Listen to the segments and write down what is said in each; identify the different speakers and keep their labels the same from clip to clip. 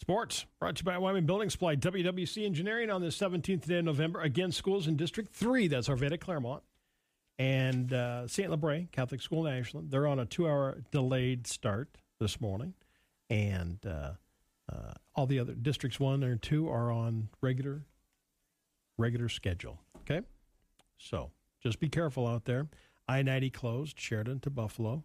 Speaker 1: Sports brought to you by Wyoming Building Supply, WWC Engineering on the 17th day of November. Again, schools in District 3, that's Arvada Claremont, and uh, St. Labray Catholic School in Ashland. They're on a two hour delayed start this morning. And uh, uh, all the other districts, one or two, are on regular, regular schedule. Okay? So just be careful out there. I 90 closed, Sheridan to Buffalo.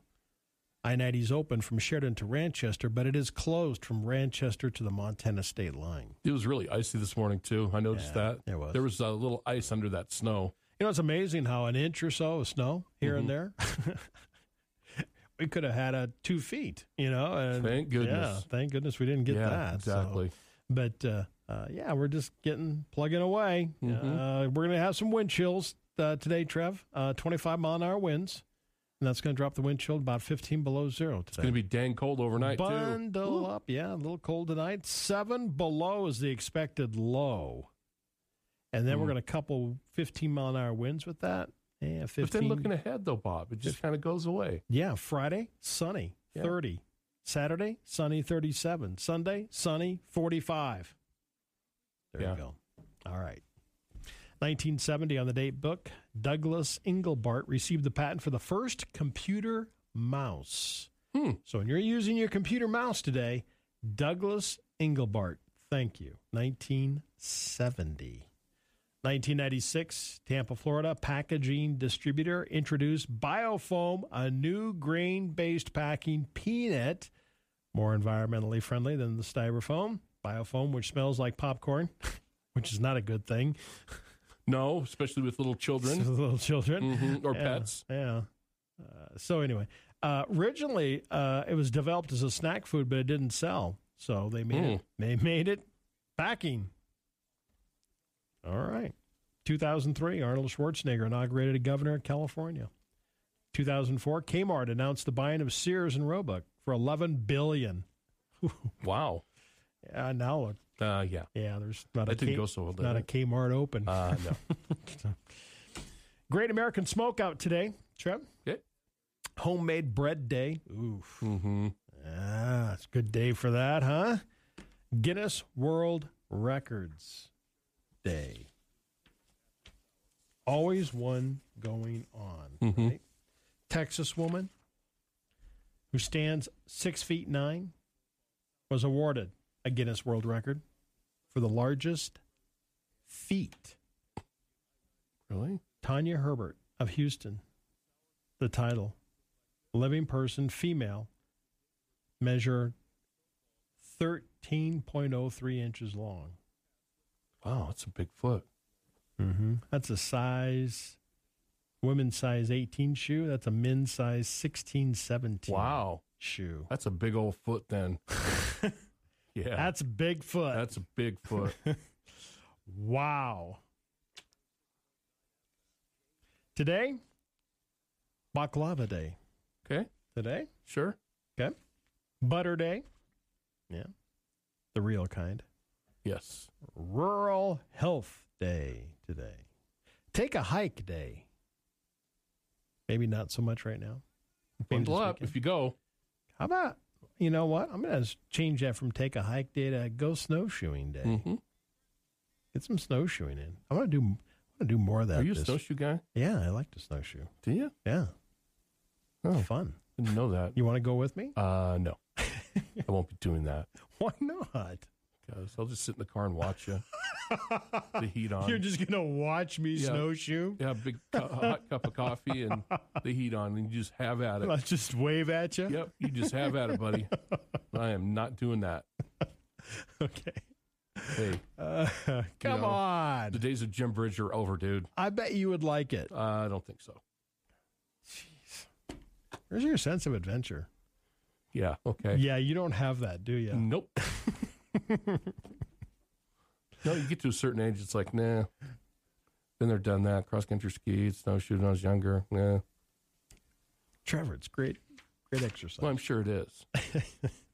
Speaker 1: I 90 is open from Sheridan to Ranchester, but it is closed from Ranchester to the Montana state line.
Speaker 2: It was really icy this morning too. I noticed
Speaker 1: Yeah,
Speaker 2: that
Speaker 1: there was.
Speaker 2: there was a little ice under that snow.
Speaker 1: You know, it's amazing how an inch or so of snow here and there.
Speaker 2: Mm-hmm.
Speaker 1: we could have had a two feet, you know. And
Speaker 2: Thank
Speaker 1: Yeah,
Speaker 2: goodness.
Speaker 1: thank goodness we didn't get
Speaker 2: yeah,
Speaker 1: that. so-
Speaker 2: exactly.
Speaker 1: but uh, uh, yeah, we're just getting plugging away. Uh,
Speaker 2: Mhm.
Speaker 1: we're gonna have some wind chills uh, today, Trev. Uh, 25 mile an hour winds, and that's gonna drop the wind chill to about 15 below zero
Speaker 2: It's going
Speaker 1: today.
Speaker 2: to be dang cold overnight too.
Speaker 1: Bundle up, yeah, a little cold tonight. Seven below is the expected low, and then we're
Speaker 2: Mm.
Speaker 1: gonna couple 15 mile an hour winds with that. Yeah, 15.
Speaker 2: But then looking ahead though, Bob, it just kind of goes away.
Speaker 1: Yeah, Friday, sunny,
Speaker 2: Yeah.
Speaker 1: 30. Saturday, sunny, 37. Sunday, sunny, 45. There
Speaker 2: Yeah.
Speaker 1: you go. All right. 1970 on the date book, Douglas Engelbart received the patent for the first computer mouse.
Speaker 2: Hmm.
Speaker 1: So when you're using your computer mouse today, Douglas Engelbart, thank you. 1970. 1996, Tampa, Florida, packaging distributor introduced Biofoam, a new grain based packing peanut, more environmentally friendly than the styrofoam. Biofoam, which smells like popcorn, which is not a good thing
Speaker 2: No, especially with little
Speaker 1: for
Speaker 2: children
Speaker 1: little children.
Speaker 2: Mhm, or
Speaker 1: Yeah,
Speaker 2: pets.
Speaker 1: Yeah. Uh, so anyway, uh, originally uh, it was developed as a snack food, but it didn't sell. So they made
Speaker 2: Hmm.
Speaker 1: it, they made it packing. All right. 2003, Arnold Schwarzenegger inaugurated a governor of California. 2004, Kmart announced the buying of Sears and Roebuck for 11 billion.
Speaker 2: Wow.
Speaker 1: Uh, now, look,
Speaker 2: Uh, yeah.
Speaker 1: yeah, there's not a
Speaker 2: That didn't
Speaker 1: K-
Speaker 2: go so well, did
Speaker 1: not a
Speaker 2: it?
Speaker 1: Kmart open.
Speaker 2: Uh, no.
Speaker 1: Great American Smokeout today, Trev.
Speaker 2: Okay.
Speaker 1: Homemade bread day. Oof.
Speaker 2: mm-hmm.
Speaker 1: Ah, it's a good day for that, huh? Guinness World Records Day. Always one going on.
Speaker 2: Mhm.
Speaker 1: Right? Texas woman who stands six feet nine was awarded a Guinness World Record for the largest feet.
Speaker 2: Really?
Speaker 1: Tanya Herbert of Houston. The title Living Person Female Measure 13.03 inches long.
Speaker 2: Wow, that's a big foot.
Speaker 1: Mm-hmm. That's a size, women's size 18 shoe. That's a men's size 16, 17
Speaker 2: Wow,
Speaker 1: shoe.
Speaker 2: that's a big old foot then. yeah,
Speaker 1: That's Bigfoot.
Speaker 2: that's a big foot.
Speaker 1: Wow. Today, Baklava Day.
Speaker 2: okay,
Speaker 1: Today,
Speaker 2: sure.
Speaker 1: Okay. Butter Day. Yeah. The real kind.
Speaker 2: Yes.
Speaker 1: Rural Health Day today. Take a hike day. Maybe not so much right now. Maybe
Speaker 2: Bundle
Speaker 1: this
Speaker 2: up
Speaker 1: weekend.
Speaker 2: if you go.
Speaker 1: How about, you know what? I'm going to change that from take a hike day to go snowshoeing day.
Speaker 2: Mm-hmm.
Speaker 1: Get some snowshoeing in. I'm going to do. I'm gonna do more of that.
Speaker 2: Are you a
Speaker 1: this-
Speaker 2: snowshoe guy?
Speaker 1: Yeah, I like to snowshoe.
Speaker 2: Do you?
Speaker 1: Yeah,
Speaker 2: Oh,
Speaker 1: fun.
Speaker 2: didn't know that.
Speaker 1: You want to go with me?
Speaker 2: Uh, no, I won't be doing that
Speaker 1: Why not?
Speaker 2: because I'll just sit in the car and watch you. the heat on.
Speaker 1: You're just gonna watch me
Speaker 2: Yeah.
Speaker 1: snowshoe.
Speaker 2: yeah, big cu- hot cup of coffee and the heat on, and you just have at it.
Speaker 1: I'll just wave at you.
Speaker 2: Yep, you just have at it, buddy. I am not doing that.
Speaker 1: Okay.
Speaker 2: Hey,
Speaker 1: Uh, come
Speaker 2: know,
Speaker 1: on.
Speaker 2: the days of Jim Bridge are over, dude.
Speaker 1: I bet you would like it.
Speaker 2: I don't think so.
Speaker 1: Where's your sense of adventure?
Speaker 2: Yeah. Okay.
Speaker 1: Yeah, you don't have that, do you?
Speaker 2: Nope. no, you get to a certain age, it's like, nah. Been there, done that. Cross country skis, snowshoe when I was younger. Nah.
Speaker 1: Trevor, it's great. Great exercise.
Speaker 2: Well, I'm sure it is.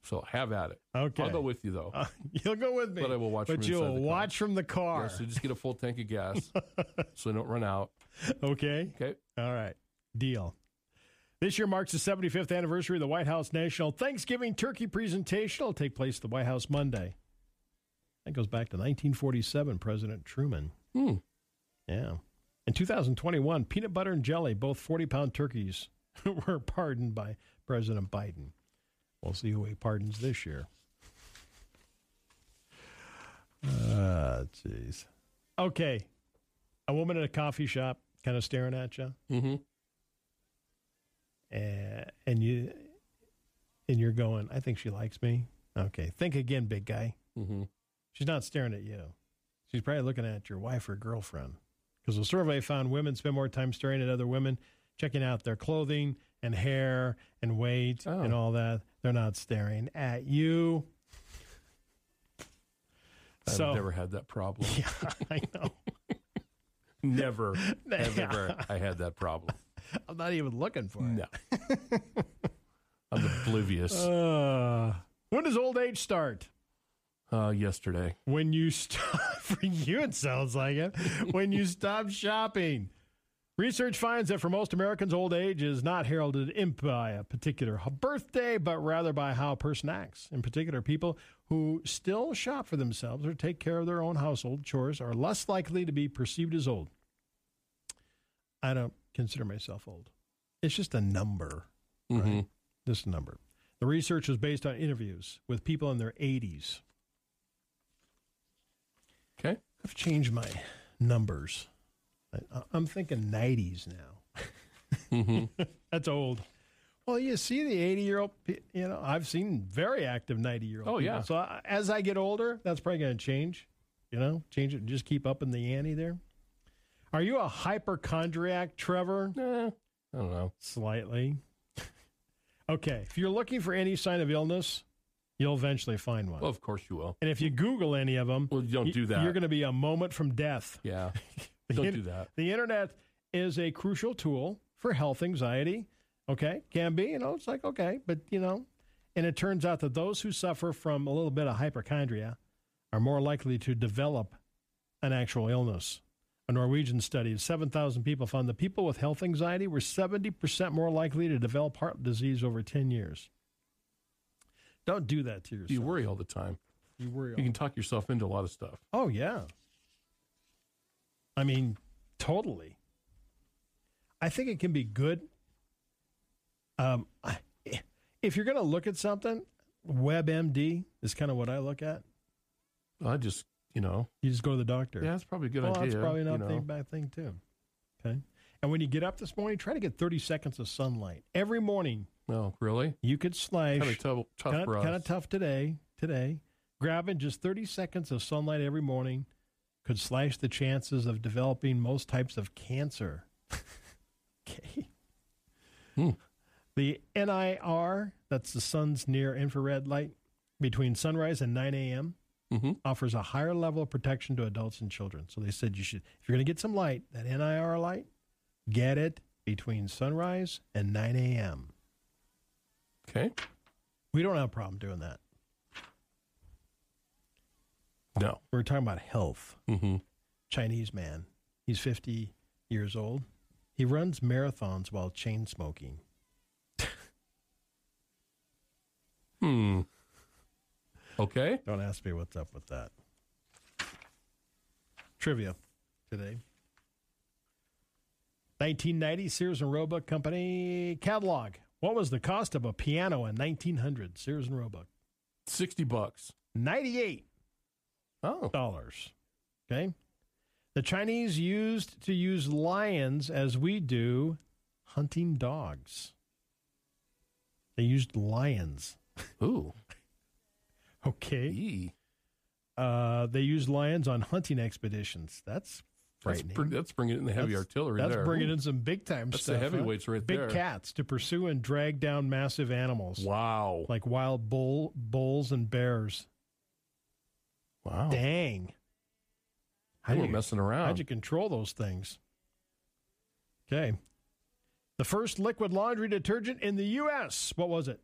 Speaker 2: so have at it.
Speaker 1: okay.
Speaker 2: I'll go with you though.
Speaker 1: Uh, you'll go with me.
Speaker 2: But I will watch
Speaker 1: But
Speaker 2: from
Speaker 1: you'll
Speaker 2: inside the car.
Speaker 1: watch from the car.
Speaker 2: Yeah, so just get a full tank of gas, so I don't run out.
Speaker 1: Okay.
Speaker 2: Okay.
Speaker 1: All right. Deal. This year marks the 75th anniversary of the White House National Thanksgiving Turkey Presentation. It'll take place at the White House Monday, That goes back to 1947, President Truman.
Speaker 2: Hmm.
Speaker 1: Yeah. In 2021, peanut butter and jelly, both 40 pound turkeys, were pardoned by President Biden. We'll see who he pardons this year. Ah, jeez. Okay. A woman at a coffee shop kind of staring at you,
Speaker 2: Mm-hmm.
Speaker 1: and, Uh, and you and you're going, I think she likes me. Okay. Think again, big guy.
Speaker 2: Mm-hmm.
Speaker 1: She's not staring at you. She's probably looking at your wife or girlfriend. Because a survey found women spend more time staring at other women, checking out their clothing and hair and weight
Speaker 2: Oh.
Speaker 1: and all that. They're not staring at you.
Speaker 2: I've
Speaker 1: so,
Speaker 2: never had that problem.
Speaker 1: yeah, I know.
Speaker 2: never have
Speaker 1: Yeah.
Speaker 2: ever I had that problem.
Speaker 1: I'm not even looking for it.
Speaker 2: No. I'm oblivious.
Speaker 1: Uh, when does old age start?
Speaker 2: Uh, yesterday.
Speaker 1: When you stop, for you, it sounds like it. When you stop shopping. Research finds that for most Americans, old age is not heralded in by a particular h- birthday, but rather by how a person acts. In particular, people who still shop for themselves or take care of their own household chores are less likely to be perceived as old. I don't consider myself old. It's just a number
Speaker 2: Mhm.
Speaker 1: this number. The research was based on interviews with people in their 80s.
Speaker 2: Okay.
Speaker 1: I've changed my numbers. I, I'm thinking 90s now.
Speaker 2: Mm-hmm.
Speaker 1: That's old. Well, you see the 80 year old, pe- you know, I've seen very active 90 year old.
Speaker 2: Oh, yeah.
Speaker 1: So I, as I get older, that's probably going to change, you know, change it and just keep up in the ante there. Are you a hypochondriac, Trevor?
Speaker 2: nah, I don't know.
Speaker 1: Slightly. Okay. If you're looking for any sign of illness, you'll eventually find one.
Speaker 2: Well, of course you will.
Speaker 1: And if you Google any of them,
Speaker 2: Well, don't
Speaker 1: y-
Speaker 2: do that.
Speaker 1: You're going to be a moment from death.
Speaker 2: yeah.
Speaker 1: The
Speaker 2: Don't
Speaker 1: in-
Speaker 2: do that.
Speaker 1: The internet is a crucial tool for health anxiety. Okay, can be. You know, it's like okay, but you know, and it turns out that those who suffer from a little bit of hypochondria are more likely to develop an actual illness. A Norwegian study of 7,000 people found that people with health anxiety were 70% more likely to develop heart disease over 10 years. Don't do that to yourself.
Speaker 2: You worry all the time.
Speaker 1: You worry.
Speaker 2: You can talk yourself into a lot of stuff.
Speaker 1: Oh yeah. I mean, totally. I think it can be good. Um, I- if you're going to look at something, WebMD is kind of what I look at.
Speaker 2: I just, you know,
Speaker 1: You just go to the doctor.
Speaker 2: yeah, that's probably a good
Speaker 1: well,
Speaker 2: idea.
Speaker 1: that's probably
Speaker 2: you
Speaker 1: not
Speaker 2: know.
Speaker 1: the bad thing too. Okay. And when you get up this morning, try to get 30 seconds of sunlight every morning.
Speaker 2: No, really?
Speaker 1: You could slash
Speaker 2: Kind of tough, tough
Speaker 1: kind
Speaker 2: for
Speaker 1: of,
Speaker 2: us.
Speaker 1: kind of tough today. Today, grabbing just 30 seconds of sunlight every morning could slash the chances of developing most types of cancer. okay.
Speaker 2: Hmm.
Speaker 1: The NIR, that's the sun's near infrared light, between sunrise and 9 a.m.,
Speaker 2: Mm-hmm.
Speaker 1: offers a higher level of protection to adults and children. So they said you should, if you're going to get some light, that NIR light, get it between sunrise and 9 a.m.
Speaker 2: Okay.
Speaker 1: We don't have a problem doing that.
Speaker 2: No.
Speaker 1: We're talking about health.
Speaker 2: Mm-hmm.
Speaker 1: Chinese man. He's 50 years old. He runs marathons while chain smoking.
Speaker 2: Hmm. Okay.
Speaker 1: Don't ask me what's up with that. Trivia today. 1990 Sears and Roebuck Company catalog. What was the cost of a piano in 1900? Sears and Roebuck.
Speaker 2: 60 bucks.
Speaker 1: 98
Speaker 2: Oh.
Speaker 1: dollars. Okay. The Chinese used to use lions as we do hunting dogs. They used lions.
Speaker 2: Ooh.
Speaker 1: Okay.
Speaker 2: Yee.
Speaker 1: Uh, they used lions on hunting expeditions. That's
Speaker 2: That's,
Speaker 1: frightening.
Speaker 2: br- that's bringing in the heavy
Speaker 1: That's-
Speaker 2: artillery
Speaker 1: That's
Speaker 2: there.
Speaker 1: bringing in some big time
Speaker 2: That's
Speaker 1: stuff.
Speaker 2: the
Speaker 1: huh?
Speaker 2: heavyweights right
Speaker 1: Big
Speaker 2: there.
Speaker 1: cats to pursue and drag down massive animals
Speaker 2: Wow.
Speaker 1: like wild bull, bulls and bears.
Speaker 2: Wow.
Speaker 1: Dang.
Speaker 2: They
Speaker 1: do
Speaker 2: Oh. were
Speaker 1: you-
Speaker 2: messing around.
Speaker 1: How'd you control those things? Okay. The first liquid laundry detergent in the U.S. What was it?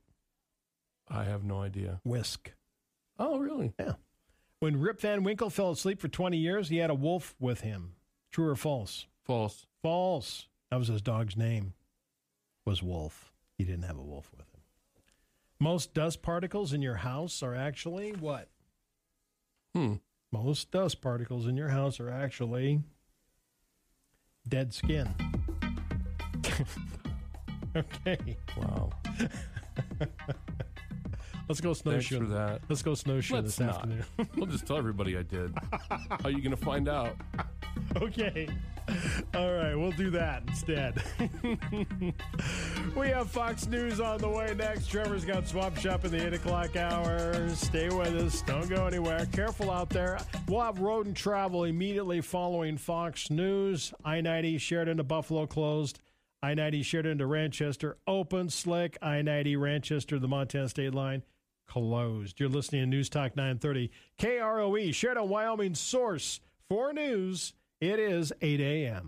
Speaker 2: I have no idea.
Speaker 1: Whisk.
Speaker 2: Oh, really?
Speaker 1: Yeah. When Rip Van Winkle fell asleep for 20 years, he had a wolf with him. True or false?
Speaker 2: False.
Speaker 1: False. That was his dog's name. Was Wolf. He didn't have a wolf with him. Most dust particles in your house are actually what?
Speaker 2: Hmm.
Speaker 1: Most dust particles in your house are actually dead skin. okay,
Speaker 2: Wow.
Speaker 1: let's go
Speaker 2: Thanks for
Speaker 1: snowshoeing.
Speaker 2: that.
Speaker 1: Let's go snowshoeing
Speaker 2: Let's
Speaker 1: this
Speaker 2: not.
Speaker 1: afternoon.
Speaker 2: We'll just tell everybody I did. How are you going to find out?
Speaker 1: okay. All right, we'll do that instead. we have Fox News on the way next. Trevor's got Swap Shop in the 8 o'clock hour. Stay with us. Don't go anywhere. Careful out there. We'll have road and travel immediately following Fox News. I 90 Sheridan to Buffalo closed. I 90 Sheridan to Ranchester open slick. I 90 Ranchester, to the Montana state line closed. You're listening to News Talk 930 E, KROE, Sheridan, Wyoming source for news. It is 8 a.m.